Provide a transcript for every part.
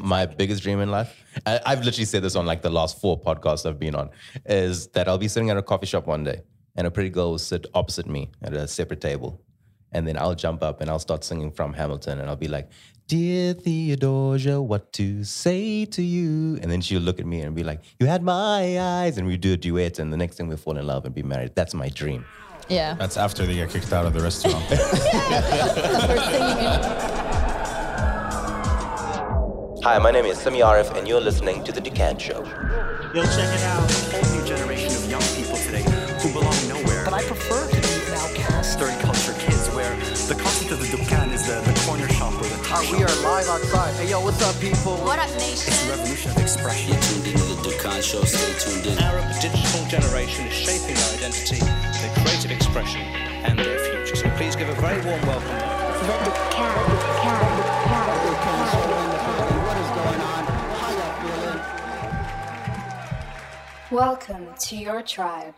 my biggest dream in life, I, I've literally said this on like the last four podcasts I've been on, is that I'll be sitting at a coffee shop one day and a pretty girl will sit opposite me at a separate table. And then I'll jump up and I'll start singing from Hamilton and I'll be like, Dear Theodosia, what to say to you? And then she'll look at me and be like, You had my eyes. And we do a duet. And the next thing we fall in love and be married. That's my dream. Yeah. That's after they get kicked out of the restaurant. Hi, my name is Sami Arif, and you're listening to The Decant Show. Yo, check it out. A whole new generation of young people today who belong nowhere. But I prefer to be an outcast. Third culture kids where the concept of the Dukan is the, the corner shop or the top Uh, We are live outside. Hey, yo, what's up, people? What up, nation? It's a revolution of expression. You're tuned into the Dukan Show. Stay tuned in. Arab digital generation is shaping their identity, their creative expression, and their future. So please give a very warm welcome. What is going on? How y'all feeling? Welcome to your tribe.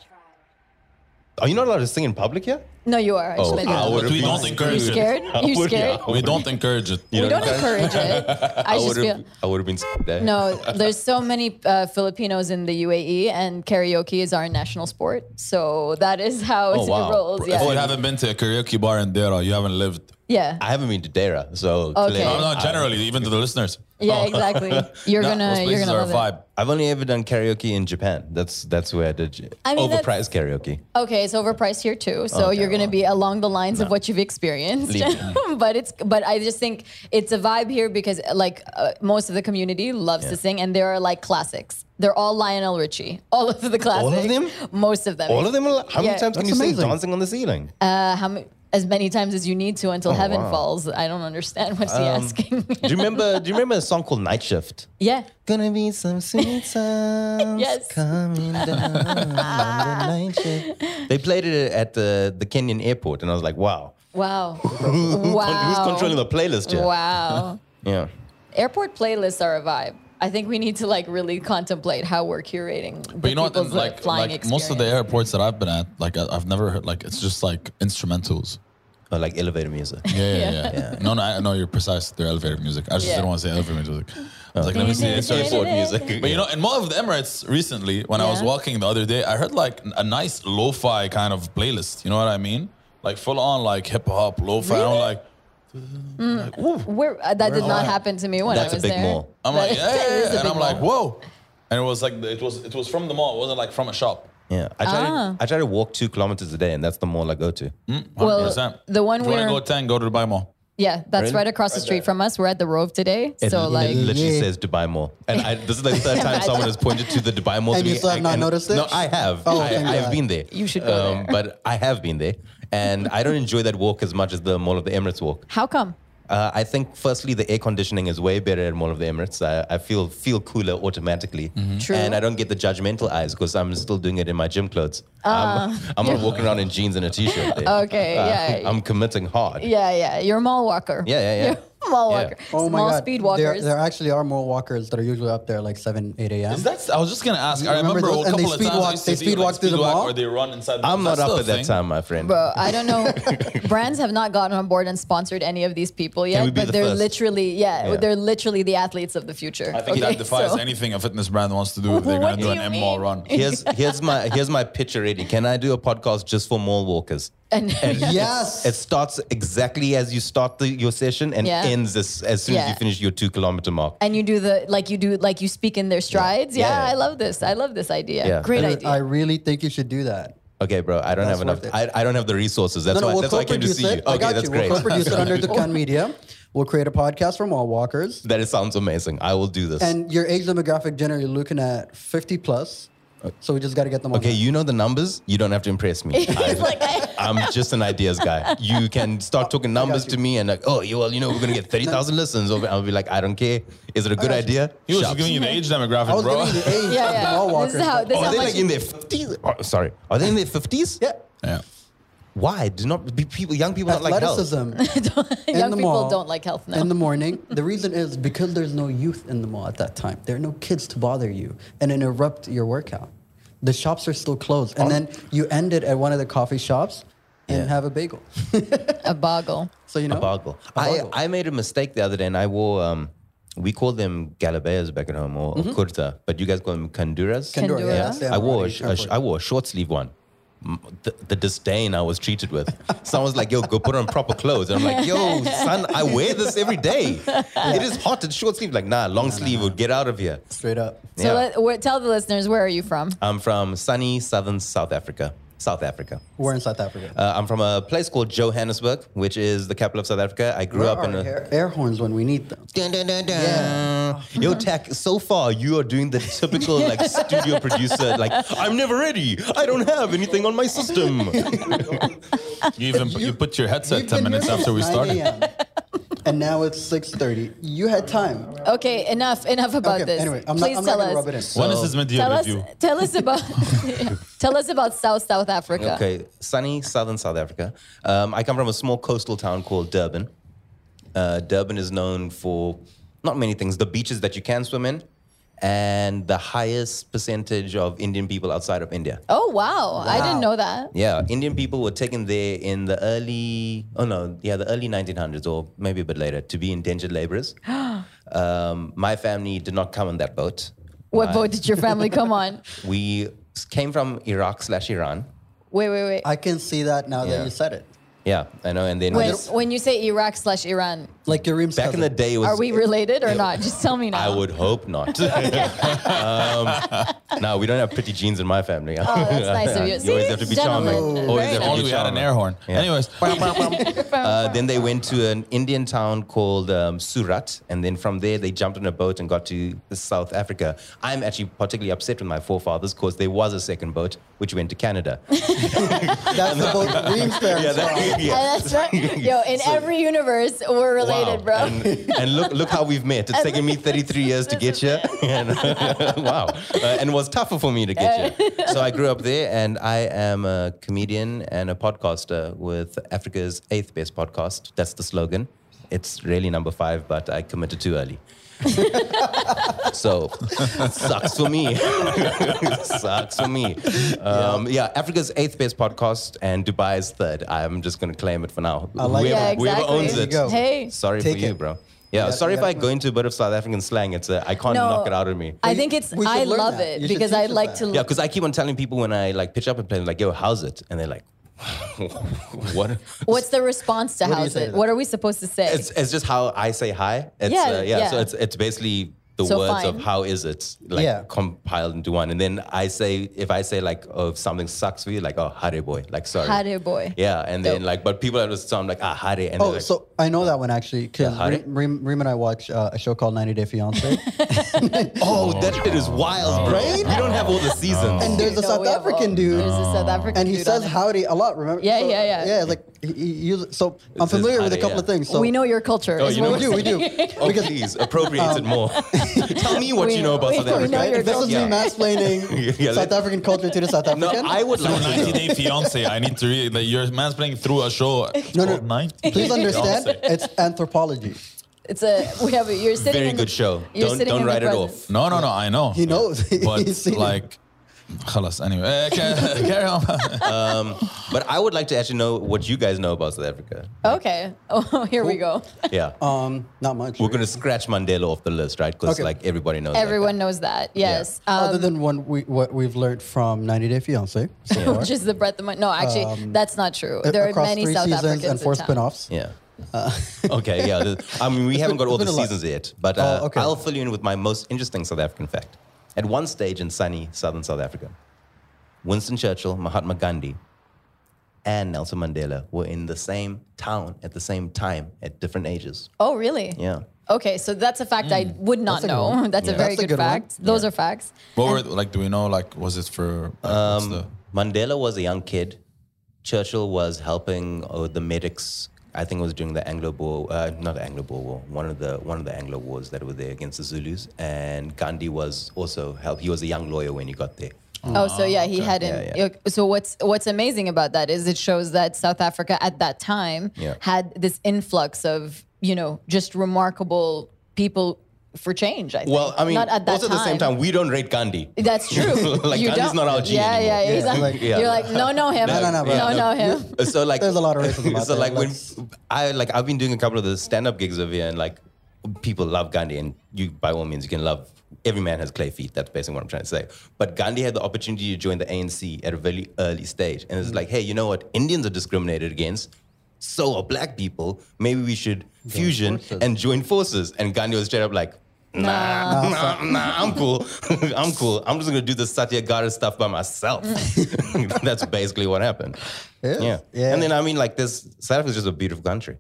Are you not allowed to sing in public here? No, you are. I just meant Oh, I that. would- would've we been don't encourage screwed. it. Scared? I You would- scared? yeah, I we don't encourage it. We don't encourage it. I just would've- feel. I would have been scared there. No, there's so many uh, Filipinos in the UAE, and karaoke is our national sport. So that is how Oh, it wow. rolls. Yeah. If you haven't been to a karaoke bar in Dera, you haven't lived. yeah. I haven't been to Dera, so Okay. clearly- No, no, generally, even to the listeners. Yeah, exactly. You're No, gonna, those you're places gonna are love a it. vibe. I've only ever done karaoke in Japan. That's that's where I did I mean, overpriced karaoke. Okay, it's overpriced here too, so Okay, you're gonna well, be along the lines of what you've experienced. Leave but it's, but I just think it's a vibe here because like uh, most of the community loves to sing, and there are like classics. They're all Lionel Richie, all of the classics. of them? Most of them. All of them. Are, how Yeah. many times can That's you amazing. sing "Dancing on the Ceiling"? Uh, how many? As many times as you need to until heaven Oh, wow. Um, falls. I don't understand what's he asking. do you remember? Do you remember a song called "Night Shift"? yeah. Gonna be some sweet sounds Yes. coming down on the night shift. They played it at the the Kenyan airport, and I was like, "Wow, Wow. who's wow. controlling the playlist here?" Wow. Yeah. Airport playlists are a vibe. I think we need to like really contemplate how we're curating. the But you know what? people's, in, Like, flying like most of the experience. airports that I've been at, like I, I've never heard. Like it's just like instrumentals. Or Oh, like elevator music. Yeah, yeah, yeah. No, no, I know you're precise. They're elevator music. I just Yeah. didn't want to say elevator music. I was like, let me see. It's just- Airport music. But you know, in Mall of the Emirates recently, when I was Yeah. walking the other day, I heard like a nice lo-fi kind of playlist. You know what I mean? Like full on like hip hop, lo-fi. I'm like, Where, uh, that did Where- not Oh, happen to me when that's I a was big there. mall. I'm That like, is- yeah, that yeah, is yeah. a and big I'm like, mall. whoa. And it was like it was it was from the mall. It wasn't like from a shop. Yeah, I try, to, I try to walk two kilometers a day, and that's the mall I go to. Well, 100%. the one if you want where- to go ten, go to Dubai Mall. Yeah, that's Really? right across the street from us. We're at the Rove today, It, so it like, literally says Dubai Mall, and I, this is the third time someone has pointed to the Dubai Mall. And to you me, still have I- not and- noticed it? No, I have. Oh, I, thank I've God. been there. Um, You should go there. But I have been there, and I don't enjoy that walk as much as the Mall of the Emirates walk. how come? Uh, I think, firstly, the air conditioning is way better at Mall of the Emirates. I, I feel feel cooler automatically, Mm-hmm. True. and I don't get the judgmental eyes because I'm still doing it in my gym clothes. I'm, I'm not walking around in jeans and a t-shirt. There. Ah. Uh, Okay, Uh, yeah. I'm committing hard. Yeah, yeah, you're a mall walker. Yeah, yeah, yeah. You're a mall Yeah. walker. Oh my Mall God. speed There- walkers. There, actually are more walkers that are usually up there like 7, 8 a.m. Is that? I was just gonna ask. You I remember, remember a those- and couple they of speed times I walk- used to they see, speed like, walk through the mall? or they run inside. the I'm mall. not That's up still at a that thing. time, my friend. Bro, I don't know. Brands have not gotten on board and sponsored any of these people we yet, be but the they're first? literally, yeah, Yeah. they're literally the athletes of the future. I think that defies anything a fitness brand wants to do. If they're What do gonna do an you M mall mean? run. Here's here's my here's my pitch already. Can I do a podcast just for mall walkers? And, yes. It starts exactly as you start the, your session and Yeah. ends as, as soon as you Yeah. finish your two kilometer mark. and you do the like you do like you speak in their strides. Yeah, Yeah, yeah. I love this. I love this idea. Yeah. Great Dude, idea. I really think you should do that. Okay, bro, I don't That's have enough. worth it. I, I don't have the resources. That's no, no, why we'll that's why I came to co-produce see you. it. I Okay, got that's you. great. We'll co-produce it under Dukan Media. We'll create a podcast for mall walkers. that sounds amazing. I will do this. And your age demographic generally you're looking at 50 plus. So we just got to get them on. Uh, okay, that. you know the numbers. You don't have to impress me. He's like, I, I'm just an ideas guy. You can start talking numbers Oh, you. to me and like, oh, you well, you know, we're gonna get thirty thousand listens. Over, I'll be like, I don't care. Is it a good idea? He was Shucks. just giving you the age I demographic, was bro. giving you the age yeah, of the yeah. mall walkers. this is how but- this is Are how they much like in their fifties? Oh, sorry, are they in their fifties? yeah. Yeah. Why do not be people? Young people not like health. Athleticism. in young the people mall don't like health now. In the morning, the reason is because there's no youth in the mall at that time. There are no kids to bother you and interrupt your workout. The shops are still closed, and then you end it at one of the coffee shops and Yeah. have a bagel. a boggle. So you know, A boggle. A I, boggle. I made a mistake the other day and I wore um we call them galabeas back at home Mm-hmm. or kurta, but you guys call them kanduras. Kandura. Pandora, Yeah. yes, yeah, I wore a, already sh- a sh- I wore a short sleeve one. M- The, the disdain I was treated with. Someone's like, "Yo, go put on proper clothes," and I'm like, "Yo, son, I wear this every day. It is hot. It's short sleeve. Like, nah, long sleeve would get out of here." straight up. So let, wh- tell the listeners where are you from? I'm from sunny southern South Africa. South Africa. We're in South Africa. Uh, I'm from a place called Johannesburg, which is the capital of South Africa. I grew Where up in are a. air, air horns when we need them. Dun, dun, dun, dun. Yeah. Yo, Tech, so far you are doing the typical like studio producer, like, I'm never ready. I don't have anything on my system. You even you, put your headset You've 10 been minutes here after we since 9 started. a.m., and now it's six thirty. You had time. Okay, enough enough about okay. this. Anyway, I'm Please not. I'm tell not gonna us. rub it in. when is his mid-year Tell us, review? tell us about tell us about South South Africa. okay, sunny southern South Africa. Um, I come from a small coastal town called Durban. Uh, Durban is known for not many things the beaches that you can swim in, and the highest percentage of Indian people outside of India. Oh wow. I didn't know that. Yeah, Indian people were taken there in the early, oh no, yeah, the early 1900s or maybe a bit later to be indentured laborers. um, my family did not come on that boat. What boat did your family come on? We s- came from Iraq slash Iran. Wait, wait, wait. I can see that now Yeah. that you said it. Yeah, I know. And then when, just- when you say Iraq slash Iran, Like your back in the day, it was, are we related or not? Just tell me I now. would hope not. um, no, we don't have pretty genes in my family. Oh, that's nice of you. See, always have to be charming. gentlemen. Always Very have to Oh, If be only we had an charming. air horn. Yeah. Anyways, Uh, then they went to an Indian town called um, Surat, and then from there they jumped on a boat and got to South Africa. I'm actually particularly upset with my forefathers because there was a second boat which went to Canada. That's the boat Reem's parents were on. Uh, that's right. Yo, in every universe, we're related, bro. And, and look, look how we've met. It's taken me 33 years to get here. And, wow. Uh, and it was tougher for me to get here. So I grew up there, and I am a comedian and a podcaster with Africa's eighth best podcast. That's the slogan. It's really number five, but I committed too early. so sucks for me. sucks for me. Um, yeah. Africa's eighth best podcast and Dubai's third. I'm just going to claim it for now. I like whoever, yeah, Yeah, exactly. whoever owns There it. you go. Hey. Sorry Take for you, it. bro. Yeah, Yeah, sorry if yeah. I go into a bit of South African slang. It's a, I can't No, knock it out of me. I think it's We should I learn love that. it You should because teach I us like that. to Yeah, because I keep on telling people when I like pitch up and play, like, "Yo, how's it?" and they're like, "What?" What's the response to What do you how's say to it? that? What are we supposed to say? It's it's just how I say hi. It's, Yeah, uh, yeah, yeah. So it's it's basically the So words fine. of how is it like Yeah. compiled into one, and then I say if I say like, "Oh, if something sucks for you," like, "Oh, hare boy," like, sorry, Hare boy. Yeah, and then Dope. like, but people are just so I'm like, "Ah, hare," and Oh, they're like, so I know that one actually because Yeah, Hari? Reem, Reem and I watch uh, a show called 90 Day Fiance, "Oh, that shit is wild, right?" We don't have all the seasons. and there's a No, South we have African all- dude. There's a South African and he dude on says it. howdy a lot. Remember? Yeah, So, yeah, yeah. Yeah, like he, he uses, so I'm says familiar with a howdy, couple yeah. of things. So we know your culture. Oh, is you what know we we're do, we do. saying. Oh, Because- please appropriate it more. Tell me what We- you know about we- South we know Africa. your This is Yeah. me mansplaining Yeah, South that- African culture to the South No, African. I would like to 90 know. Day Fiance. I need to read. Like, your man's playing through a show. No, no. called 90 Please Day understand, Fiancé. it's anthropology. It's a we have a, you're sitting Very in good the, show. You're Don't sitting don't in the write it present. off. No, no, no. I know. He knows. But He's seen it. like, خلاص. Anyway, Eh, ca- carry on. But I would like to actually know what you guys know about South Africa. Okay. Oh, here we go. Yeah. Um, not much. We're really. going to scratch Mandela off the list, right? Because Okay. like everybody knows. that Everyone guy. knows that. Yes. Other Um, than one, we, what we've learned from 90 Day Fiance so far, which is the breadth of my no, actually, that's not true. a- Um, There are across many three South seasons Africans and four in town. spin-offs. Yeah. okay, yeah. th- I mean, we haven't got been- all Uh. it's the been a lot. seasons yet, but uh, Oh, okay. I'll fill you in with my most interesting South African fact. At one stage in sunny southern South Africa, Winston Churchill, Mahatma Gandhi, and Nelson Mandela were in the same town at the same time at different ages. Oh, really? Yeah. Okay, so that's a fact I would not That's a good know. one. That's a Yeah. very That's a good, good one. fact. Those are facts. what were like? Do we know? Like, was it for? Like, Um, what's the, Mandela was a young kid. Churchill was helping uh, the medics. I think it was during the Anglo Boer, uh, not Anglo Boer War, one of the one of the Anglo wars that were there against the Zulus. And Gandhi was also help. He was a young lawyer when he got there. Oh, so yeah, he hadn't. Yeah, So what's what's amazing about that is it shows that South Africa at that time Yeah. had this influx of you know just remarkable people for change. I think. Well, I mean, not at that also at the same time, we don't rate Gandhi. That's true. Like, you Gandhi's don't. not our gene Yeah, anymore. yeah, Yeah, exactly. like- Yeah. You're like, no, no him. No, no, no, bro. no, no No. him. So like, There's a lot of racism out so there. like when Let's- I like I've been doing a couple of the stand up gigs over here, and like people love Gandhi, and you, by all means, you can love. Every man has clay feet. That's basically what I'm trying to say. But Gandhi had the opportunity to join the ANC at a very early stage, and it's Mm. like, hey, you know what? Indians are discriminated against. So are black people. Maybe we should fusion forces. and join forces. And Gandhi was straight up like, nah, nah, nah, I'm cool. I'm cool. I'm just gonna do the Satyagara stuff by myself. That's basically what happened. Yes, Yeah. yeah. And then I mean, like this, South Africa is just a beautiful country.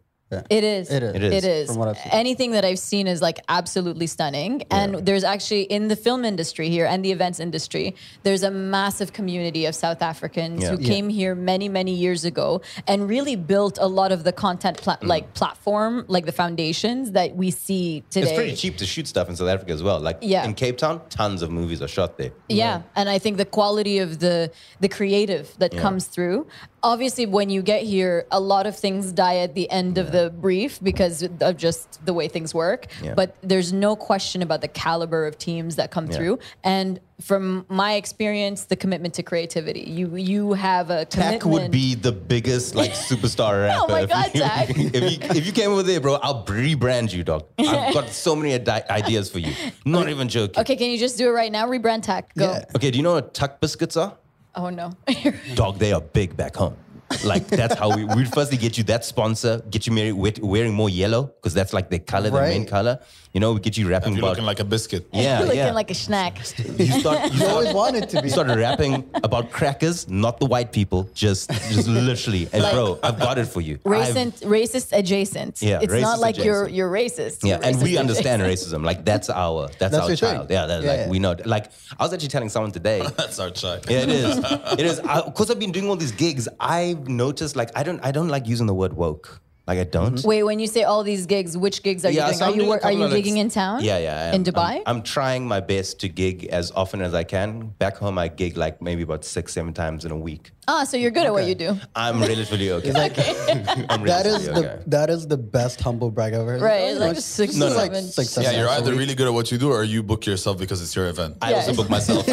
It is. It is. It is. It is. From what I've seen. Anything that I've seen is like absolutely stunning. And there's actually in the film industry here and the events industry, there's a massive community of South Africans Yeah. who Yeah. came here many, many years ago and really built a lot of the content pla- Mm. like platform, like the foundations that we see today. It's pretty cheap to shoot stuff in South Africa as well. Like Yeah. in Cape Town, tons of movies are shot there. Yeah, and I think the quality of the the creative that comes through. Obviously, when you get here, a lot of things die at the end of the brief because of just the way things work. Yeah. But there's no question about the caliber of teams that come Yeah. through, and from my experience, the commitment to creativity. You you have a commitment. Tech would be the biggest like superstar rapper. Oh my if God, you- Zach. if, you, if you came over there, bro, I'll rebrand you, dog. I've got so many adi- ideas for you. Not even joking. Okay, can you just do it right now? Rebrand tech. Go. Yeah. Okay, do you know what tuck biscuits are? Oh no. Dog, they are big back home. Like that's how we we'd firstly get you that sponsor, get you married, wet- wearing more yellow because that's like the color, the main Right. color. You know, we get you rapping You're about. looking like a biscuit. yeah, Looking yeah. like a snack. you start, you You start, always wanted to you be. started rapping about crackers, not the white people, just just literally. And bro, I've got it for you. I've- Racist, racist adjacent. Yeah, it's not racist like you're adjacent. you're racist. Yeah, You're and we racist understand racism. Like that's our that's, That's our your thing. child. Yeah, that, like Yeah. we know. Like I was actually telling someone today. That's our child. Yeah, it is. It is. Because I've been doing all these gigs, I've noticed like I don't I don't like using the word woke. Like I don't. Mm-hmm. Wait, when you say all these gigs, which gigs are you doing? so I'm are you doing a wor- are couple you of, like, gigging in town? Yeah, yeah. I am. in Dubai. I'm, I'm trying my best to gig as often as I can. Back home, I gig like maybe about six, seven times in a week. ah, so you're good at what you do. I'm relatively okay. I'm That relatively is okay. the that is the best humble brag I've ever. heard. Right, Oh, it's you like know, six this No, is no. like six, Yeah, seven you're times a either week. really good at what you do or you book yourself because it's your event. I also Yeah. book myself.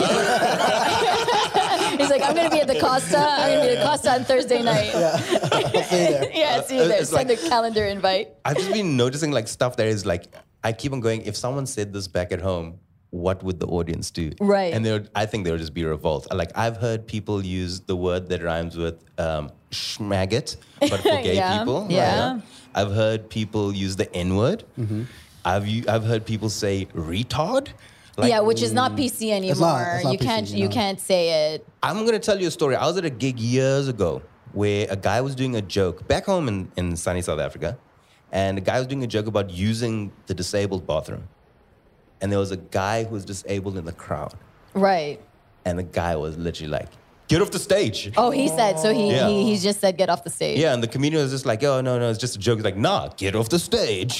He's like, I'm gonna be at the Costa. I'm gonna be at the Costa on Thursday night. Yeah, see you Uh, there. it's Send like- a calendar invite. I've just been noticing like stuff that is like I keep on going. If someone said this back at home, what would the audience do? Right. And they would, I think there would just be revolt. Like I've heard people use the word that rhymes with um, schmaggot, but for gay Yeah, people. yeah. Mm-hmm. I've heard people use the N word. I've u- I've heard people say retard. Like, Mm. yeah, which is not PC anymore. it's not you PC, can't you you know. can't say it. I'm gonna tell you a story. I was at a gig years ago where a guy was doing a joke back home in, in sunny South Africa, and a guy was doing a joke about using the disabled bathroom. And there was a guy who was disabled in the crowd, Right. and the guy was literally like, "Get off the stage!" Oh, he said. So he, Yeah. he he just said get off the stage. Yeah, and the comedian was just like, "Yo, no, no, it's just a joke." He's like, "Nah, get off the stage."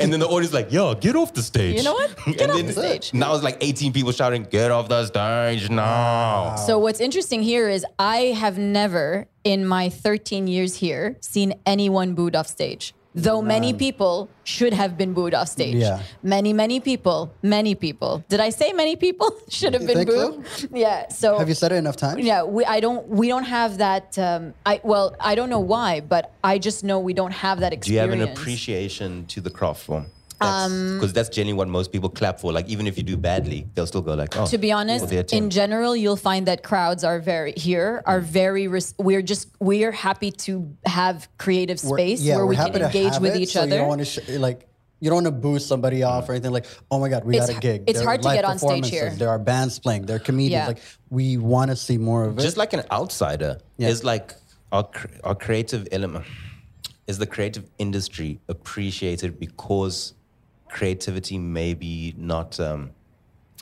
and then the audience like, "Yo, get off the stage." You know what? Get and off then the stage. now it's like 18 people shouting, "Get off the stage now!" So what's interesting here is I have never in my 13 years here seen anyone booed off stage. Though many people should have been booed off stage. Yeah. Many, many people, many people. Did I say many people should have You been think so? booed? Yeah. So Have you said it enough times? yeah, we I don't we don't have that um I well, I don't know why, but I just know we don't have that Do you have experience. Um, an appreciation to the craft form? Because that's generally what most people clap for. Like even if you do badly, they'll still go like, "Oh." to be for honest, the in attempt. general, you'll find that crowds are very here are Mm. very. Res- we're just we're happy to have creative We're- space yeah, where we're we can happy to engage have with it, each so You other. don't want to sh- like. You don't want to boost somebody off or anything like, oh my God, we It's got a h- gig. it's There are hard to live get on stage performances, here. There are bands playing, there are comedians. Yeah. Like, we want to see more of it. just like an outsider, Yeah. is like our cr- our creative element is the creative industry appreciated because creativity maybe not. Um,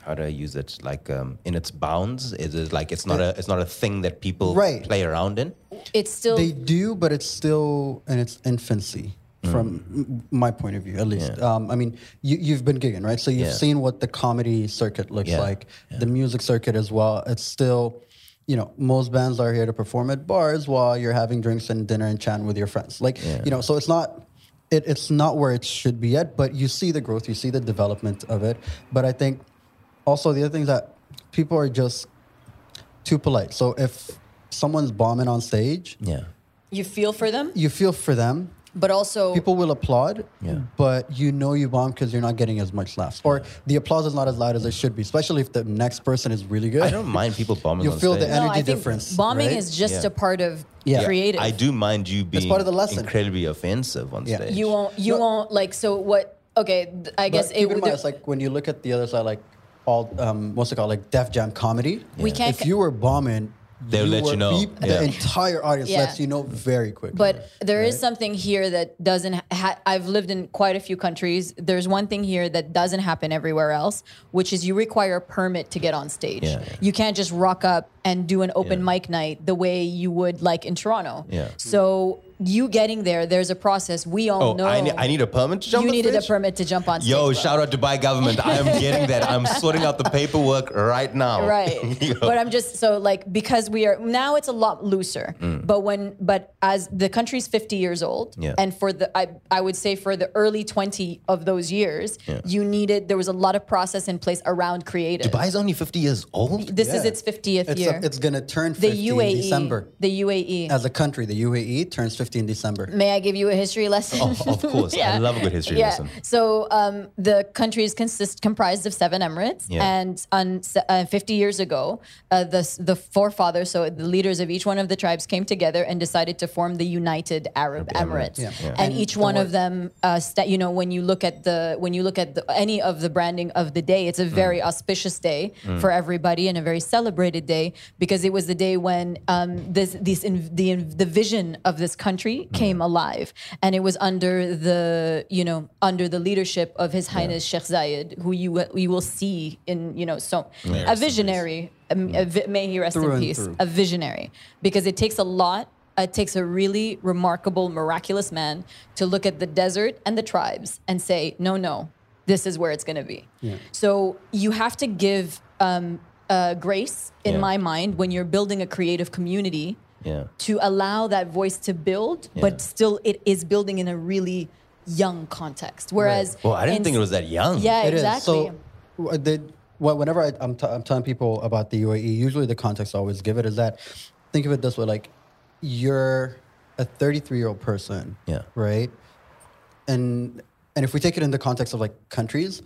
how do I use it? Like um, in its bounds, it is like it's not a it's not a thing that people Right. play around in. it's still They do, but it's still in its infancy Mm. from m- my point of view, at least. Um, I mean, you, you've been gigging, right? So you've Yeah. seen what the comedy circuit looks Yeah. like, the music circuit as well. It's still, you know, most bands are here to perform at bars while you're having drinks and dinner and chatting with your friends. Like, you know, so it's not. It, it's not where it should be yet, but you see the growth, you see the development of it. But I think also the other thing is that people are just too polite. So if someone's bombing on stage, Yeah, you feel for them. you feel for them, but also people will applaud, Yeah. but you know you bomb because you're not getting as much laughs, or the applause is not as loud as it should be, especially if the next person is really good. I don't mind people bombing. You'll on feel the stage. en- energy difference, Bombing right? is just Yeah. a part of Yeah. creative. I do mind you being part of the lesson. incredibly offensive on Yeah. stage. You won't. You No. won't like. So what? Okay, th- I But guess keep it in would. mind, it's like when you look at the other side, like all um, what's it called, like Def Jam comedy. We Yeah. can't- If you were bombing, They'll let you were know. beep- Yeah. The entire audience Yeah. lets you know very quickly. but there is something here that doesn't. ha- Ha- I've lived in quite a few countries. There's one thing here that doesn't happen everywhere else, which is you require a permit to get on stage. Yeah, yeah. You can't just rock up and do an open mic night the way you would like in Toronto. Yeah. So you getting there, there's a process. We all oh, know. I, ne- I need a permit to jump. you on needed stage? a permit to jump on stage. Yo, bro. shout out Dubai government. I am getting that. I'm sorting out the paperwork right now. right Yo. but i'm just so like because we are now it's a lot looser but when but as the country's 50 years old Mm. Yeah. and for the I, I would say for the early 20 of those years you needed there was a lot of process in place around creative Dubai's only 50 years old. this is Yeah. its 50th it's, year a- it's gonna turn the E 50 uae in December. the uae As a country, the UAE turns 50 in December. May I give you a history lesson? Oh, of course. I love a good history lesson. So um, the country is consist comprised of seven emirates, Yeah. and on se- uh, 50 years ago, uh, the s- the forefathers, so the leaders of each one of the tribes, came together and decided to form the United Arab Emirates. Yeah. And each one of them, uh, sta you know, when you look at the when you look at the, any of the branding of the day, it's a very auspicious day for everybody and a very celebrated day because it was the day when um, this these in, the the vision of this country came alive, and it was under the you know under the leadership of His Highness Sheikh Zayed, who you you will see in you know so a visionary. um, a vi- may he rest Through in and peace. through. A visionary, because it takes a lot. uh, It takes a really remarkable, miraculous man to look at the desert and the tribes and say, "No, no, this is where it's going to be." So you have to give um, uh, grace, in Yeah. my mind, when you're building a creative community, Yeah. to allow that voice to build, Yeah. but still, it is building in a really young context. Whereas, Well, I didn't in- think it was that young. Yeah, It is exactly. So, w- the, well, whenever I, I'm, t- I'm telling people about the UAE, usually the context I always give it is that think of it this way like, you're a 33 year old person, Yeah. right? And, and if we take it in the context of like countries,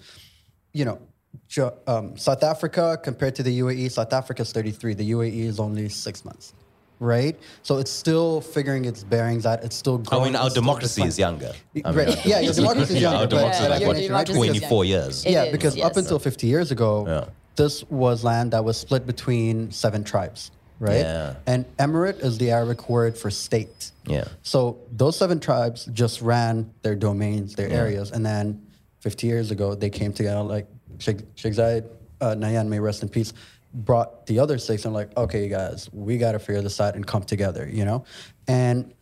you know, Jo- um, South Africa compared to the UAE, South Africa's 33, the UAE is only six months. Right, so it's still figuring its bearings out. It's still I growing. mean, our it's still democracy is defining. younger. Right. I mean, our Yeah, your democracy is Yeah, Our younger, but- democracy is but like, your what, democracy is younger. 24 years. It yeah, is, because yes. up until 50 years ago, Yeah. this was land that was split between seven tribes, right? Yeah. And emirate is the Arabic word for state. Yeah. So those seven tribes just ran their domains, their areas, and then 50 years ago they came together. Like Sheikh, Sheikh Zayed uh, Nayan, may rest in peace, brought the other six and like, okay, you guys, we got to figure this out and come together, you know, and.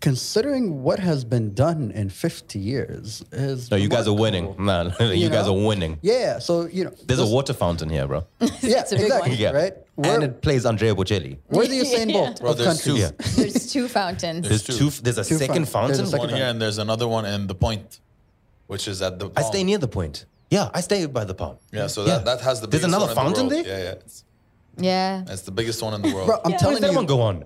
Considering what has been done in 50 years is No, you guys are remarkable. winning. No, you, guys know? are winning. Yeah, so you know, There's a this- water fountain here, bro. Yeah, a big exactly. one. Yeah. Right? and We're, it plays Andrea Bocelli. we're the Usain Bolt Bro, of there's two. countries. Yeah. There's two fountains. There's There's two. two. There's a Two second fountain. fountain. There's a second one here and there's another one in the point, which is at the. I Palm. stay near the point. Yeah, I stay by the palm. Yeah, so that, that has the. There's biggest another one in the fountain world. there? Yeah, yeah, it's, yeah. it's the biggest one in the world. Bro, I'm Where does telling that one you, go on?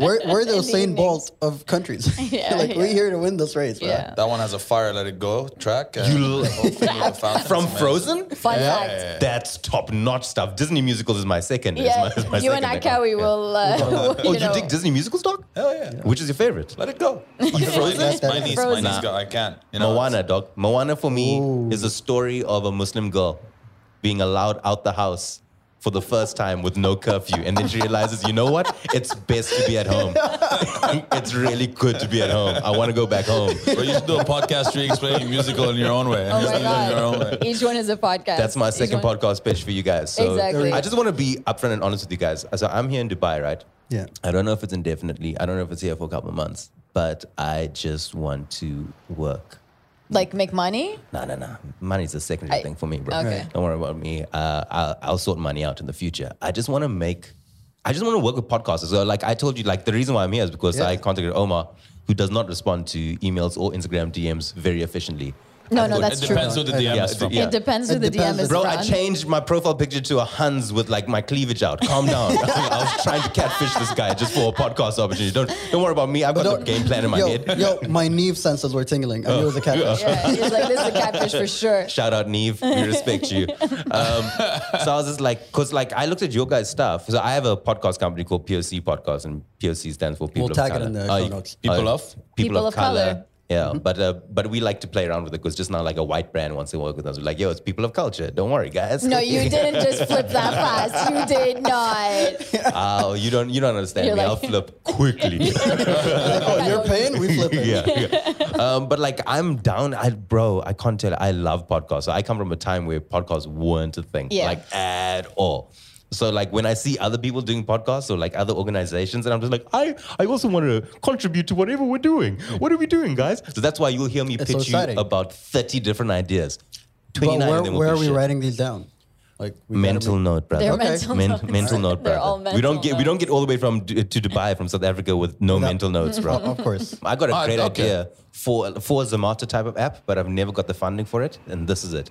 we're, we're the In the Usain evenings. Bolt of countries. Yeah, like, we're yeah. here to win this race, man. Yeah. that one has a fire, let it go track. and uh, You- the whole thing with the fountain is From amazing. Frozen? Fun fact. That's top notch stuff. Disney musicals is my second. is Yeah, my- is my you and second Akawi account. Yeah. will. Uh, will, Oh, you you, know, dig Disney musicals, dog? Hell yeah. Which is your favorite? Let it go. Frozen? That's my niece. My Frozen. niece got, I can't. You know, Moana, dog. Moana for me is the story of a Muslim girl being allowed out the house for the first time with no curfew. And then she realizes, you know what? It's best to be at home. it's really good to be at home. I want to go back home. But you should do a podcast where you explain your musical in your own way. And oh you my explain it in your own way. god! Each one is a podcast. That's my Each second one- podcast pitch for you guys. So Exactly. I just want to be upfront and honest with you guys. So I'm here in Dubai, right? Yeah. I don't know if it's indefinitely. I don't know if it's here for a couple of months, but I just want to work. Like make money. No, no, no. Money's a secondary I- thing for me, bro. okay. Right. Don't worry about me. Uh, I'll, I'll sort money out in the future. I just want to make. I just want to work with podcasters. So, like I told you, like the reason why I'm here is because Yeah. I contacted Omar, who does not respond to emails or Instagram DMs very efficiently. No, no, that's it true. depends who the DM is Yeah, E from. yeah. It depends who It the depends. DM is Bro, I from. changed my profile picture to a Huns with like my cleavage out. Calm down. I was trying to catfish this guy just for a podcast opportunity. Don't don't worry about me. I've got the game plan in my yo, head. yo, my Neve sensors were tingling. I knew it was a catfish. Yeah, he's like, this is a catfish for sure. Shout out Neve, we respect you. Um, so I was just like, cause like I looked at your guys' stuff. So I have a podcast company called POC Podcast, and POC stands for People We'll of tag it Color. in the Oh, show you- notes. People of? people, People of, of color. color. Yeah, but uh, but we like to play around with it because just now like a white brand wants to work with us. We're like, yo, it's people of culture. Don't worry, guys. No, you didn't just flip that fast. You did not. Oh, you don't you don't understand You're me. like- I'll flip quickly. Oh, you're paying? We flip it. yeah, yeah. Um, but like I'm down. I bro, I can't tell. I love podcasts. I come from a time where podcasts weren't a thing, Yeah. like at all. So like when I see other people doing podcasts or like other organizations, and I'm just like, I I also want to contribute to whatever we're doing. What are we doing, guys? So that's why you'll hear me It's so pitch you exciting. about 30 different ideas. But 29 where, of them will where are be we shit. writing these down? Like we gotta Mental be- note, brother. They're mental Men- notes. mental note, They're brother. all we don't mental get we don't get all the way from D- to Dubai from South Africa with no mental notes, bro. Of course. I got a Ah, great okay. idea for for a Zomato type of app, but I've never got the funding for it, and this is it.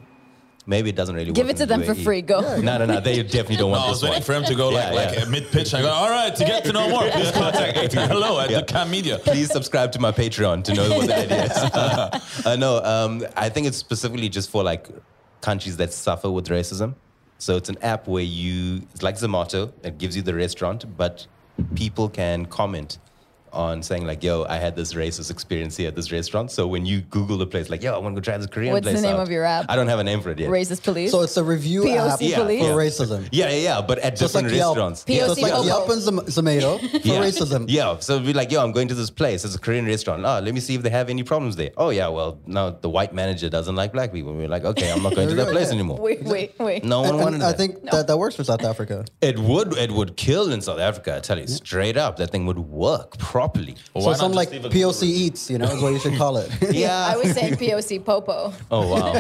Maybe it doesn't really Give work it to in them for UAE. free. Go. No, no, no. They definitely don't No, want I was this one. waiting for him to go like, Yeah, like yeah. mid pitch. I go, all right, to get to know more, please contact hello at Yeah. the Cam Media. Please subscribe to my Patreon to know what the idea is. uh, no, um, I think it's specifically just for like countries that suffer with racism. So it's an app where you, it's like Zomato, it gives you the restaurant, but people can comment on saying like, "Yo, I had this racist experience here at this restaurant." So when you Google the place, like, "Yo, I want to go try this Korean What's the place," name out," of your app? I don't have a name for it yet. Racist police. So it's a review POC app Yeah, for police? yeah. racism. yeah, yeah, yeah, but at So it's different like Yelp. restaurants. POC So it's like Popo. Yelp and Zom- Zomato for racism. Yeah, so it'd be like, yo, I'm going to this place. It's a Korean restaurant. Oh, let me see if they have any problems there. Oh, yeah, well, now the white manager doesn't like black people. We're like, okay, I'm not going to There that you go, place yeah. anymore. wait, wait, wait. no one And, wanted and I that. think that, that works for South Africa. it would it would kill in South Africa. I tell you straight up, that thing would work properly. so some like POC eats, you know, is what you should call it. I was saying POC Popo. Oh wow.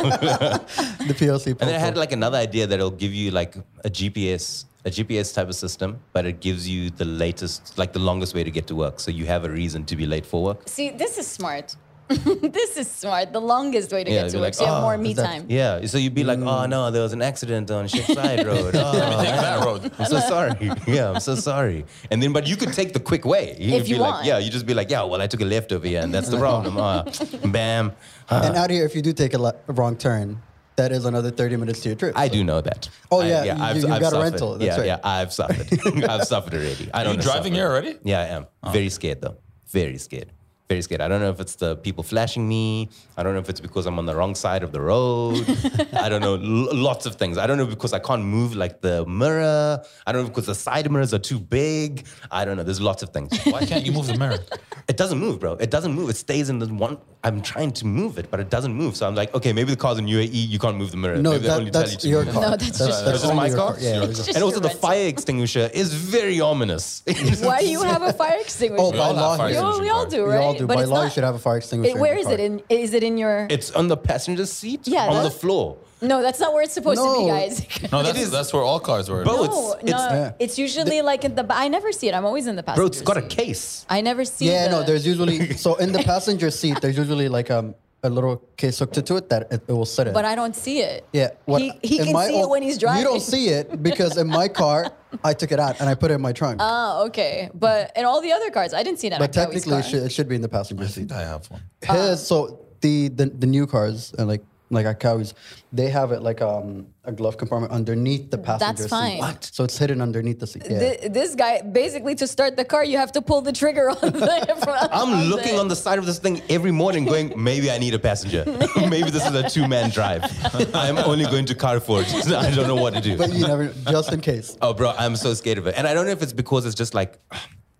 the POC. and then I people. had like another idea that'll give you like a GPS, a GPS type of system, but it gives you the latest, like the longest way to get to work. So you have a reason to be late for work. See, this is smart. this is smart. The longest way to Yeah, get to you're work. like, so you have "Oh, more me is that- time. Yeah. So you'd be like, oh Mm. no, there was an accident on Shipside Road. Oh, Take that road. I'm so sorry. Yeah, I'm so sorry. And then, but you could take the quick way. You'd you be like, want. yeah, you just be like, yeah, well, I took a left over here, and that's the problem. Ah, bam. Ah, And out here, if you do take a le- a wrong turn, that is another 30 minutes to your trip. I do know that. Oh, I- yeah, you- you got a suffered. rental, that's yeah, right. yeah, I've suffered. I've suffered already. I Are don't. you driving suffer. here already? Yeah, I am. Oh. Very scared though. Very scared. Very scared. I don't know if it's the people flashing me. I don't know if it's because I'm on the wrong side of the road. I don't know. L- lots of things. I don't know because I can't move like the mirror. I don't know because the side mirrors are too big. I don't know. There's lots of things. Why can't you move the mirror? It doesn't move, bro. It doesn't move. It stays in the one. I'm trying to move it, but it doesn't move. So I'm like, okay, maybe the car's in UAE. You can't move the mirror. No, maybe that, that's your move. car. No, that's just- That's only my your car. Yeah, It's exactly. just And also, your the rental. fire extinguisher is very ominous. Why do you have a fire extinguisher? Oh, by all have law, fire you we, all, we all do, you right? all do. By it's law, you not- should have a fire It, extinguisher. where your is car. it? In is it in your? it's on the passenger seat. Yeah, on the that's- floor. no, that's not where it's supposed to be, No. guys. No, that's, that's where all cars were. Bro, no, it's, no, it's Yeah. it's usually like in the. I never see it. I'm always in the passenger. bro, it's got a seat. case. I never see. Yeah, the, no, there's usually, so in the passenger seat, there's usually like um, a little case hooked into it that it, it will sit in. But I don't see it. Yeah, what- he, he in can my see it old- when he's driving. You don't see it because in my car, I took it out and I put it in my trunk. Oh, okay. But in all the other cars, I didn't see that. but technically, it should, it should be in the passenger I seat. think I have one. Um, His, so the, the the new cars and like like Akawi's, they have it like um a glove compartment underneath the passenger seat. fine. What? So it's hidden underneath the seat. Yeah. this guy basically to start the car, you have to pull the trigger on the. Front I'm looking on the side of this thing every morning, going, maybe I need a passenger. maybe this is a two man drive. I'm only going to Carrefour. I don't know what to do. but you never, just in case. Oh, bro, I'm so scared of it. And I don't know if it's because it's just like,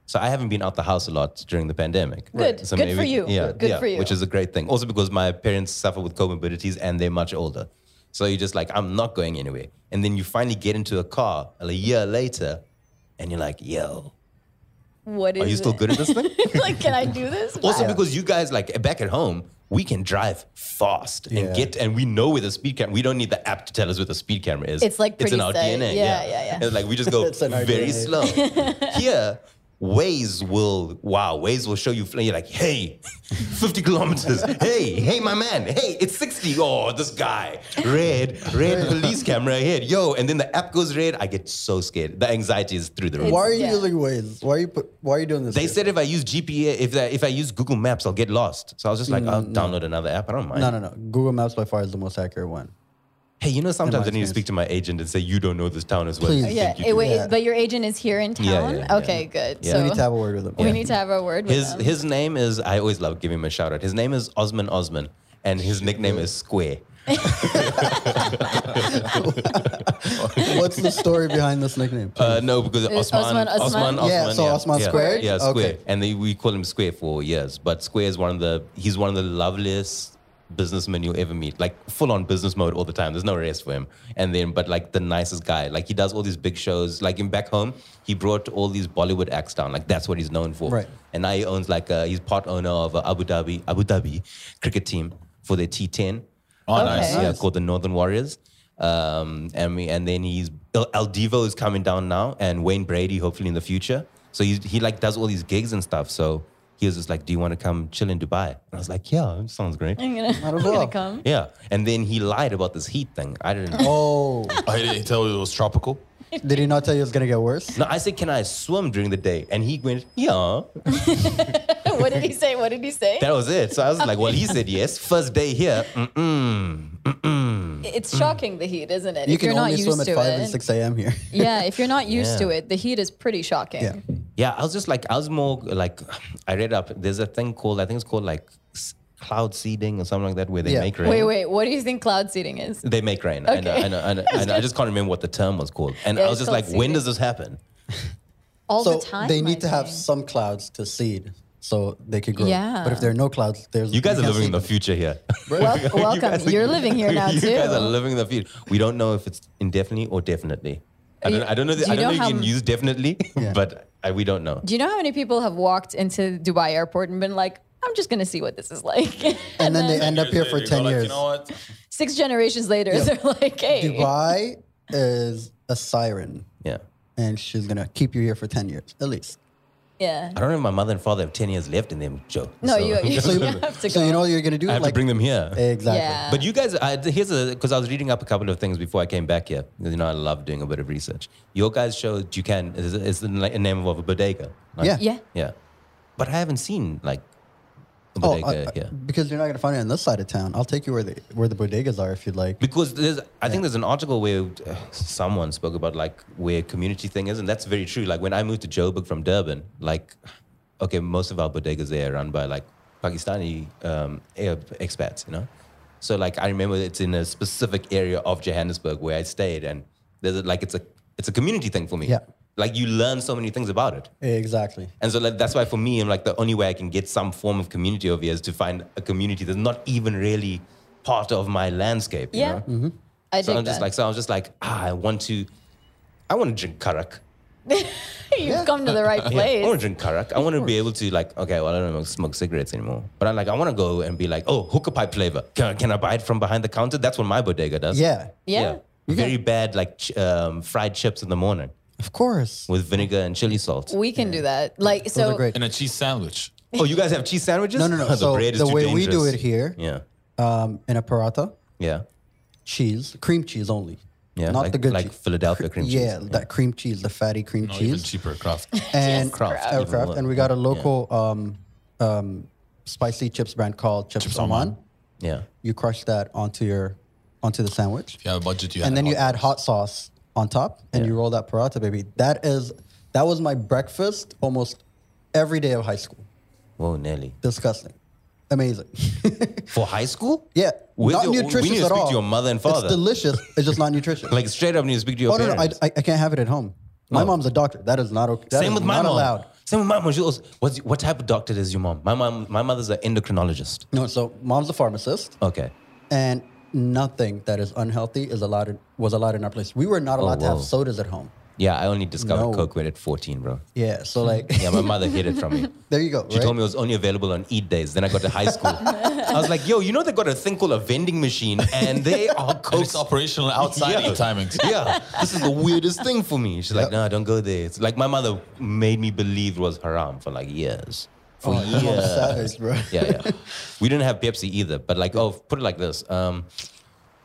so I haven't been out the house a lot during the pandemic. Good. So Good for you. Good for you. Which is a great thing. Also because my parents suffer with comorbidities and they're much older. So you're just like, I'm not going anywhere. And then you finally get into a car a year later and you're like, yo, What is? are you still it? good at this thing? like, can I do this? Also, Wow. because you guys like back at home, we can drive fast and Yeah. get, and we know where the speed camera. We don't need the app to tell us where the speed camera is. It's, like, it's in pretty our set. DNA. Yeah, yeah, yeah. It's like we just go It's in our very DNA. slow. Here, Waze will wow, Waze will show you. fl- You're like, hey, 50 kilometers. Hey, hey, my man. Hey, it's 60. Oh, this guy. Red, red police camera ahead. Yo, and then the app goes red. I get so scared. The anxiety is through the roof. Why are you yeah. using Waze? Why are you put, Why are you doing this? They here? said if I use GPA, if I, if I use Google Maps, I'll get lost. So I was just like, I'll download another app. I don't mind. Mm, no, no, no. Google Maps by far is the most accurate one. Hey, you know, sometimes I need to experience. speak to my agent and say, you don't know this town as well. as Please. you Yeah, think you it- do." wait, Yeah. but your agent is here in Yeah, town. yeah, yeah. Okay, good. Yeah. So We need to have a word with them. we need to have a word with His them. his name is I always love giving him a shout out. His name is Osman Osman, and his nickname is Square. What's the story behind this nickname? Uh, no, because Osman Osman, Osman Osman? Osman, Yeah, so Osman Square? Yeah, Square, Okay. and they, we call him Square for years. But Square is one of the he's one of the loveliest businessmen you'll ever meet. Like full on business mode all the time. There's no rest for him. And then, but like the nicest guy. Like he does all these big shows. Like in back home, he brought all these Bollywood acts down. Like that's what he's known for. Right. And now he owns like a, he's part owner of a Abu Dhabi Abu Dhabi cricket team for their T10. Oh, Okay. nice. yeah, called the Northern Warriors. Um, and we, and then he's El, El Divo is coming down now, and Wayne Brady hopefully in the future. So he he like does all these gigs and stuff. So he was just like, "Do you want to come chill in Dubai?" And I was like, "Yeah, it sounds great." I'm gonna, I'm gonna as well. come. Yeah, and then he lied about this heat thing. I didn't. oh, I didn't tell you it was tropical. did he not tell you it's gonna get worse? No, I said, "Can I swim during the day?" And he went, "Yeah." what did he say? What did he say? That was it. So I was like, "Well, he said yes." First day here, mm, it's shocking the heat, isn't it? You if can you're not only used swim at to five it. and six a.m. here. Yeah, if you're not used Yeah. to it, the heat is pretty shocking. Yeah. Yeah, I was just like, I was more like, I read up. There's a thing called, I think it's called like s- cloud seeding or something like that, where they Yeah. make rain. Wait, wait, what do you think cloud seeding is? They make rain. I know, Okay. I know, I know, I know. I just can't remember what the term was called. And Yeah, I was it's just called like, when seeding. does this happen? All so the time. they I need to have think. some clouds to seed so they could grow. Yeah. But if there are no clouds, there's You guys we are can't living in the seed future here. Wel- welcome. are- You're living here now you too. guys are living in the future. We don't know if it's indefinitely or definitely. I don't, I don't know. Do The, you I don't know, know if how you can m- use definitely, Yeah. but I, we don't know. do you know how many people have walked into Dubai airport and been like, I'm just gonna see what this is like? them. And then they end up here for You go ten like, years. You know what? Six generations later, they're like, hey. Dubai is a siren, Yeah. and she's gonna keep you here for ten years at least. Yeah. I don't know if my mother and father have 10 years left in them, Joe. No, So- you, eh, you, So, you have to go. so you know what you're gonna do? I have to bring them here. exactly. Yeah. But you guys, I, here's a because I was reading up a couple of things before I came back here. You know, I love doing a bit of research. Your guys' show, you can is, is the na- name of a bodega. Like, Yeah. yeah. yeah. But I haven't seen like a Oh, bodega I- I- here because you're not gonna find it on this side of town. I'll take you where the where the bodegas are if you'd like. because there's. I think there's an article where uh, someone spoke about like where community thing is, and that's very true. Like when I moved to Joburg from Durban, like okay, most of our bodegas there are run by like Pakistani um, Arab expats, you know. So like I remember it's in a specific area of Johannesburg where I stayed, and there's a, like it's a it's a community thing for me. Yeah. Like you learn so many things about it. Exactly. And so like, that's why for me, I'm like the only way I can get some form of community over here is to find a community that's not even really part of my landscape. you Yeah. know? I So dig I'm just that. like, so I was just like, ah, I want to, I want to drink karak. You've come to the right Yeah, I place. want to drink karak. I want to be able to like, okay, well, I don't smoke cigarettes anymore, but I'm like, I want to go and be like, oh, hookah pipe flavor. Can, can I buy it from behind the counter? That's what my bodega does. Yeah. yeah. Very bad, like ch- um, fried chips in the morning Of course. with vinegar and chili salt. We can do that. Like Those so are great. And a cheese sandwich. Oh, you guys have cheese sandwiches? No, no, no. the so bread is the too way we do dangerous. it here, Yeah. um, in a paratha, Yeah. cheese, cream cheese only. Yeah, Not like, the good like cheese. Philadelphia cream cheese. Yeah, that cream cheese, the fatty cream No, even cheese, cheaper craft. and Kraft. Kraft. aircraft. Even And we lo- got a local um, um, spicy chips brand called Chips, Chips Oman. Oman. Yeah. You crush that onto your onto the sandwich, If you have a budget, you and have then you hot add hot sauce on top, and you roll that paratha, baby. That is that was my breakfast almost every day of high school. Whoa, Nelly. Disgusting, amazing. For high school? Yeah, Where's not your- we nutritious need to at speak to all. your mother and father. It's delicious. It's just not nutritious. Like straight up, you need to speak to your oh no, no, I, parents. I I can't have it at home. My No. mom's a doctor. That is not okay. That Same is with my not mom. allowed. Same with my mom. She also, what's, what type of doctor is your mom? My mom, my mother's an endocrinologist. No, so mom's a pharmacist, Okay. and nothing that is unhealthy is allowed. In, was allowed in our place. We were not allowed to have Oh, whoa. sodas at home. Yeah, I only discovered No. coke when at 14, bro. Yeah, so like Hmm. Yeah, my mother hid it from me. there you go. She right? told me it was only available on eat days. Then I got to high school. I was like, yo, you know they got a thing called a vending machine and they are And it's coaxed operational outside Yeah. your timings. yeah, this is the weirdest thing for me. She's like, no, don't go there. It's like my mother made me believe it was haram for like years. For your mom's years. Oh, savage, bro. Yeah, yeah. we didn't have Pepsi either, but like, oh, put it like this. Um,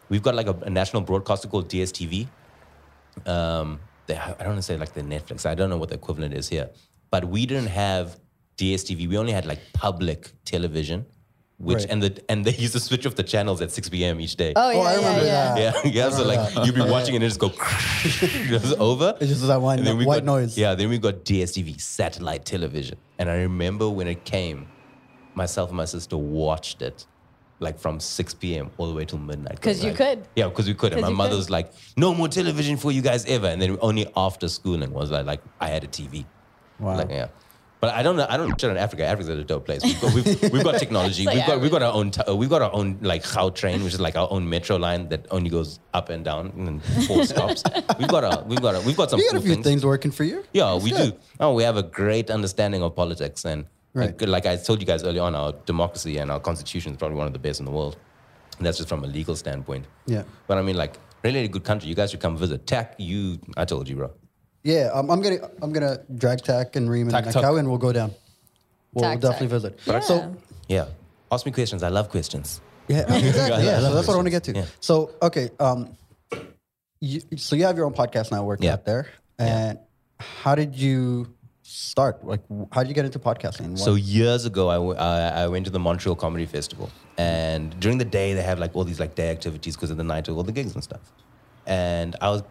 we've got like a, a national broadcaster called DSTV. Um, they, I don't want to say like the Netflix. I don't know what the equivalent is here, but we didn't have DSTV. We only had like public television, which Right. and the and they used to switch off the channels at six p.m. each day. Oh, yeah, I yeah, remember yeah. that. Yeah, yeah. So like you'd be watching and it just go, it's over. It's just that white And then no- we white got- noise. Yeah, then we got DSTV satellite television, and I remember when it came, myself and my sister watched it, like from six p.m. all the way till midnight. 'Cause you like- could. Yeah, because we could. And 'Cause my you mother could. was like, "No more television for you guys ever." And then only after schooling was like, like I had a TV. Wow. Like, yeah. But I don't know. I don't shit on Africa. Africa's a dope place. We've got, we've, we've got technology. It's like we've got we've got our own t- uh, we've got our own like how train, which is like our own metro line that only goes up and down and four stops. We've got a we've got a, we've got some You got cool a few things. things working for you. Yeah, That's we good. do. Oh, we have a great understanding of politics and Right. like, like I told you guys earlier on, our democracy and our constitution is probably one of the best in the world. And that's just from a legal standpoint. Yeah. But I mean, like really good country. You guys should come visit. Tech, you, I told you, bro. Yeah, I'm, I'm gonna I'm gonna drag Tack and Reem and Tack, Tuck. Nakao and we'll go down. We'll Tack, definitely Tack. visit. But I- So Yeah. Ask me questions. I love questions. yeah, exactly. Yeah, I Yeah, so love that's what I want to get to. Yeah. So okay, um, you, so you have your own podcast now working Yeah. out there, and how did you start? Like, w- how did you get into podcasting? What- So years ago, I, w- I I went to the Montreal Comedy Festival, and during the day they have like all these like day activities because of the night all the gigs and stuff. And I was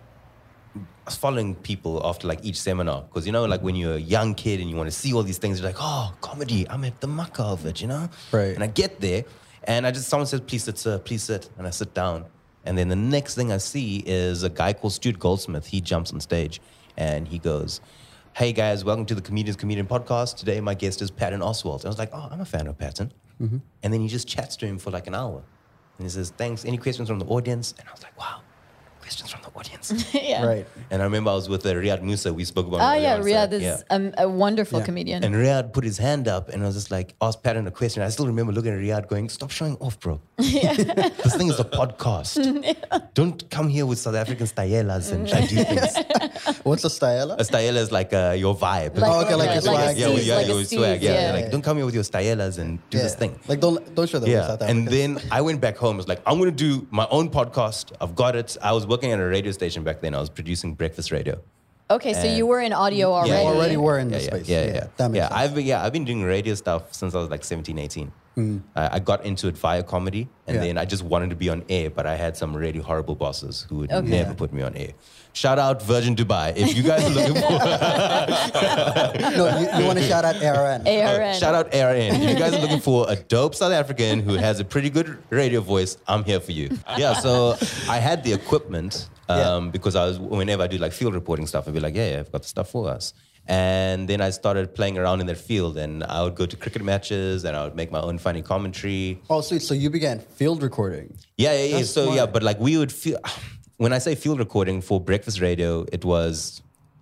I was following people after like each seminar because you know like when you're a young kid and you want to see all these things, you're like, oh, comedy! I'm at the mucker of it, you know. Right. And I get there, and I just someone says, please sit, sir, please sit, and I sit down. And then the next thing I see is a guy called Stuart Goldsmith. He jumps on stage and he goes, Hey guys, welcome to the Comedians Comedian podcast. Today my guest is Patton Oswald. And I was like, Oh, I'm a fan of Patton. And then he just chats to him for like an hour. And he says, Thanks. Any questions from the audience? And I was like, Wow, questions from the audience. yeah. right, And I remember I was with uh, Riyad Musa. We spoke about. Oh, him earlier yeah. on, so, Riyadh is Um, a wonderful Yeah. comedian. And Riyad put his hand up, and I was just like, asked Patton a question. I still remember looking at Riyad, going, "Stop showing off, bro. this thing is a podcast. Don't come here with South African stayelas Mm. and try to do things. what's a style? A stayela is like uh, your vibe. Like- Oh, okay, like yeah, a swag. yeah, steez, yeah, like a your steez, swag. Yeah, yeah. like don't come here with your stayelas and do this thing. Like, don't don't show them. Yeah. And then I went back home. I was like, I'm going to do my own podcast. I've got it. I was working at a radio station back then. I was producing breakfast radio. okay, so you and- were in audio already. Yeah, already were in yeah, the yeah, space. Yeah, yeah. Yeah, That makes sense. I've been, yeah, I've been doing radio stuff since I was like 17, 18. I, I got into it via comedy and Mm. Yeah. then I just wanted to be on air, but I had some really horrible bosses who would Okay. never Yeah. put me on air. Shout out Virgin Dubai. If you guys are looking for no, you, you want to shout out ARN. ARN. shout out Aaron. If you guys are looking for a dope South African who has a pretty good radio voice, I'm here for you. Yeah, so I had the equipment um, because I was whenever I do like field reporting stuff, I'd be like, yeah, yeah, I've got the stuff for us. And then I started playing around in that field, and I would go to cricket matches, and I would make my own funny commentary. Oh, sweet. So you began field recording. Yeah, yeah, yeah. That's So yeah, smart. but like we would feel when I say field recording for breakfast radio, it was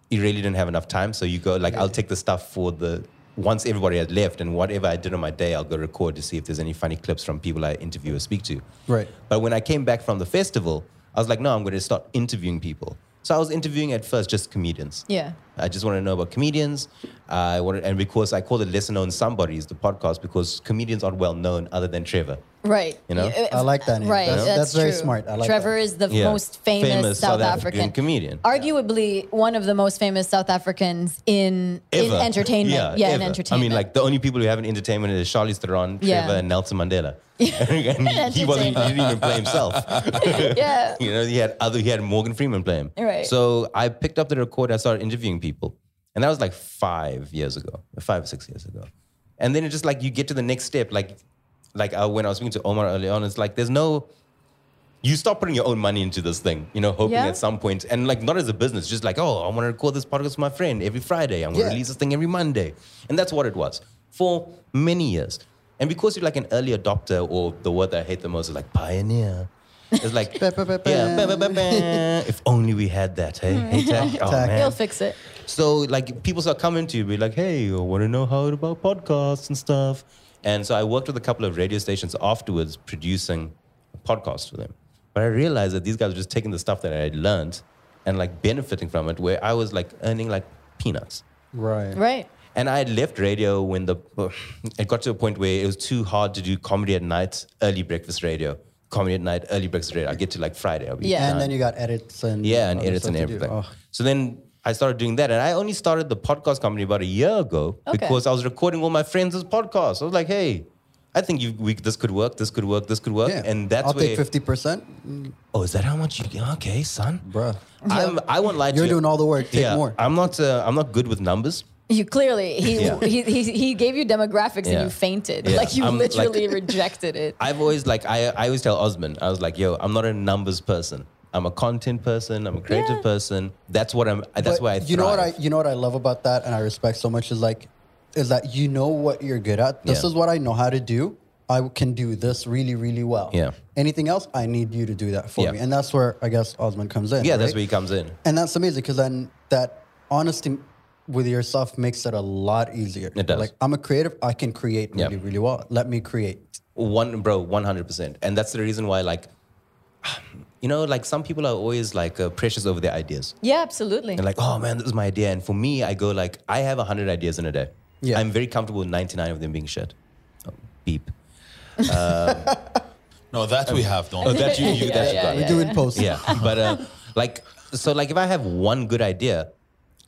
you really didn't have enough time. So you go like I'll take the stuff for the once everybody had left and whatever I did on my day, I'll go record to see if there's any funny clips from people I interview or speak to. Right. But when I came back from the festival, I was like, no, I'm going to start interviewing people. So I was interviewing at first just comedians. Yeah. I just want to know about comedians. I wanted, and because I call it lesser known somebodies, the podcast, because comedians aren't well known other than Trevor. Right. You know? Yeah, I like that name. Right. That's- That's, that's very true. smart. I like Trevor that. is the Yeah. most famous, Famous South South, African African, comedian. Arguably one of the most famous South Africans in in Ever. entertainment. Yeah, in ever. entertainment. I mean, like the only people who have an entertainment is Charlize Theron, Trevor, Yeah. and Nelson Mandela. and he, he wasn't he didn't even play himself. yeah. you know, he had other he had Morgan Freeman play him. Right. So I picked up the record, I started interviewing people. And that was like five years ago, five or six years ago. And then it's just like you get to the next step. Like like uh, when I was speaking to Omar early on, it's like there's no you start putting your own money into this thing, you know, hoping Yeah. at some point, and like not as a business, just like, oh, I want to record this podcast with my friend every Friday. I'm gonna Yeah. release this thing every Monday. And that's what it was for many years. And because you're like an early adopter, or the word that I hate the most is like pioneer. It's like, Ba, ba, ba, ba. yeah, ba, ba, ba, ba. if only we had that, hey, Mm-hmm. hey, Tack. Oh, Tack. He'll man. fix it. So like people start coming to you, be like, hey, I want to know how about podcasts and stuff. And so I worked with a couple of radio stations afterwards producing podcasts for them. But I realized that these guys were just taking the stuff that I had learned and like benefiting from it, where I was like earning like peanuts. Right. Right. And I had left radio when the it got to a point where it was too hard to do comedy at night, early breakfast radio, comedy at night, early breakfast radio. I get to like Friday, I'll be Yeah. done. And then you got edits and Yeah, and other edits stuff and to do. everything. Oh, So then I started doing that. And I only started the podcast company about a year ago Okay. because I was recording all my friends' podcasts. I was like, hey, I think you, we, this could work, this could work, this could work. yeah. And that's I'll where, take fifty percent, oh, is that how much you, okay, son? bruh. I'm, I won't lie to You're you. doing all the work. Take yeah, more. I'm not, uh, I'm not good with numbers. You clearly he Yeah. he, he he gave you demographics and Yeah. you fainted. Yeah. Like you I'm, like- literally rejected it. I've always like I, I always tell Osman, I was like, yo, I'm not a numbers person. I'm a content person. I'm a creative Yeah. person. That's what I'm. That's But why I. you know what I thrive. you know what I love about that and I respect so much is like is that you know what you're good at. This Yeah. is what I know how to do. I can do this really really well. Yeah. Anything else, I need you to do that for Yeah. me, and that's where I guess Osman comes in. Yeah, that's right? where he comes in. And that's amazing because then that honesty with yourself makes it a lot easier. It does. Like I'm a creative, I can create Yeah. really really well. Let me create. One bro, one hundred percent, and that's the reason why like, you know, like some people are always like uh, precious over their ideas. Yeah, absolutely. And like, oh man, this is my idea. And for me, I go like, I have hundred ideas in a day. Yeah. I'm very comfortable with ninety nine of them being shit. Oh, beep. No, that we have, don't. Oh, we? Oh, that you- you- that you got. We do it post. Yeah, but uh, like, so like, if I have one good idea,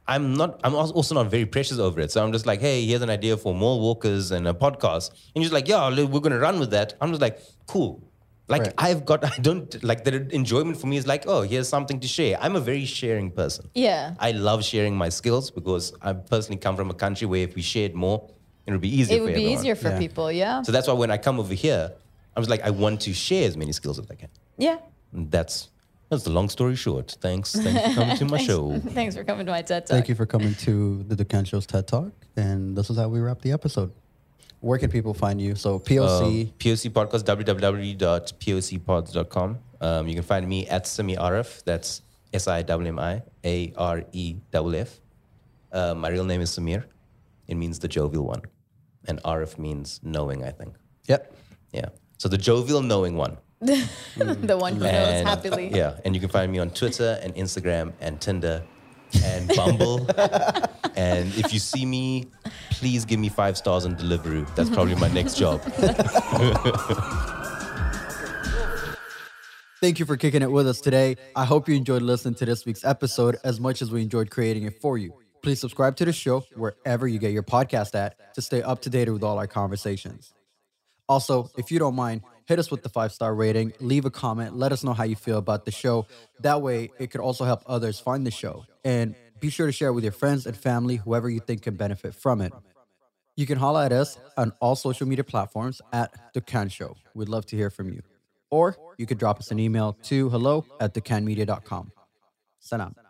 I'm not. I'm als- also not very precious over it. So I'm just like, hey, here's an idea for more walkers and a podcast, and you're just like, yeah, li- we're gonna run with that. I'm just like, cool. Like Right. I've got, I don't like the enjoyment for me is like, oh, here's something to share. I'm a very sharing person. Yeah. I love sharing my skills because I personally come from a country where if we shared more, it would be easier. it would for be everyone. easier for Yeah. people, yeah. So that's why when I come over here, I'm just like, I want to share as many skills as I can. yeah. And that's that's the long story short. Thanks, thanks for coming to my show. Thanks for coming to my TED Talk. Thank you for coming to the Dukan Show's TED Talk. And this is how we wrap the episode. Where can people find you? So Um, POC. POC podcast www.pocpods.com. Um, you can find me at Simi Arif. That's S I M M I A R E F F. Uh, my real name is Samir. It means the jovial one, and Arif means knowing. I think. yep. Yeah. So the jovial knowing one. the one who knows And- happily. Yeah, and you can find me on Twitter and Instagram and Tinder and Bumble. and if you see me, please give me five stars on Deliveroo. That's probably my next job. Thank you for kicking it with us today. I hope you enjoyed listening to this week's episode as much as we enjoyed creating it for you. Please subscribe to the show wherever you get your podcast at to stay up to date with all our conversations. Also, if you don't mind, hit us with the five star rating, leave a comment, let us know how you feel about the show. That way, it could also help others find the show. And be sure to share with your friends and family, whoever you think can benefit from it. You can holler at us on all social media platforms at The Can Show. We'd love to hear from you. Or you could drop us an email to hello at thecanmedia.com. Salam.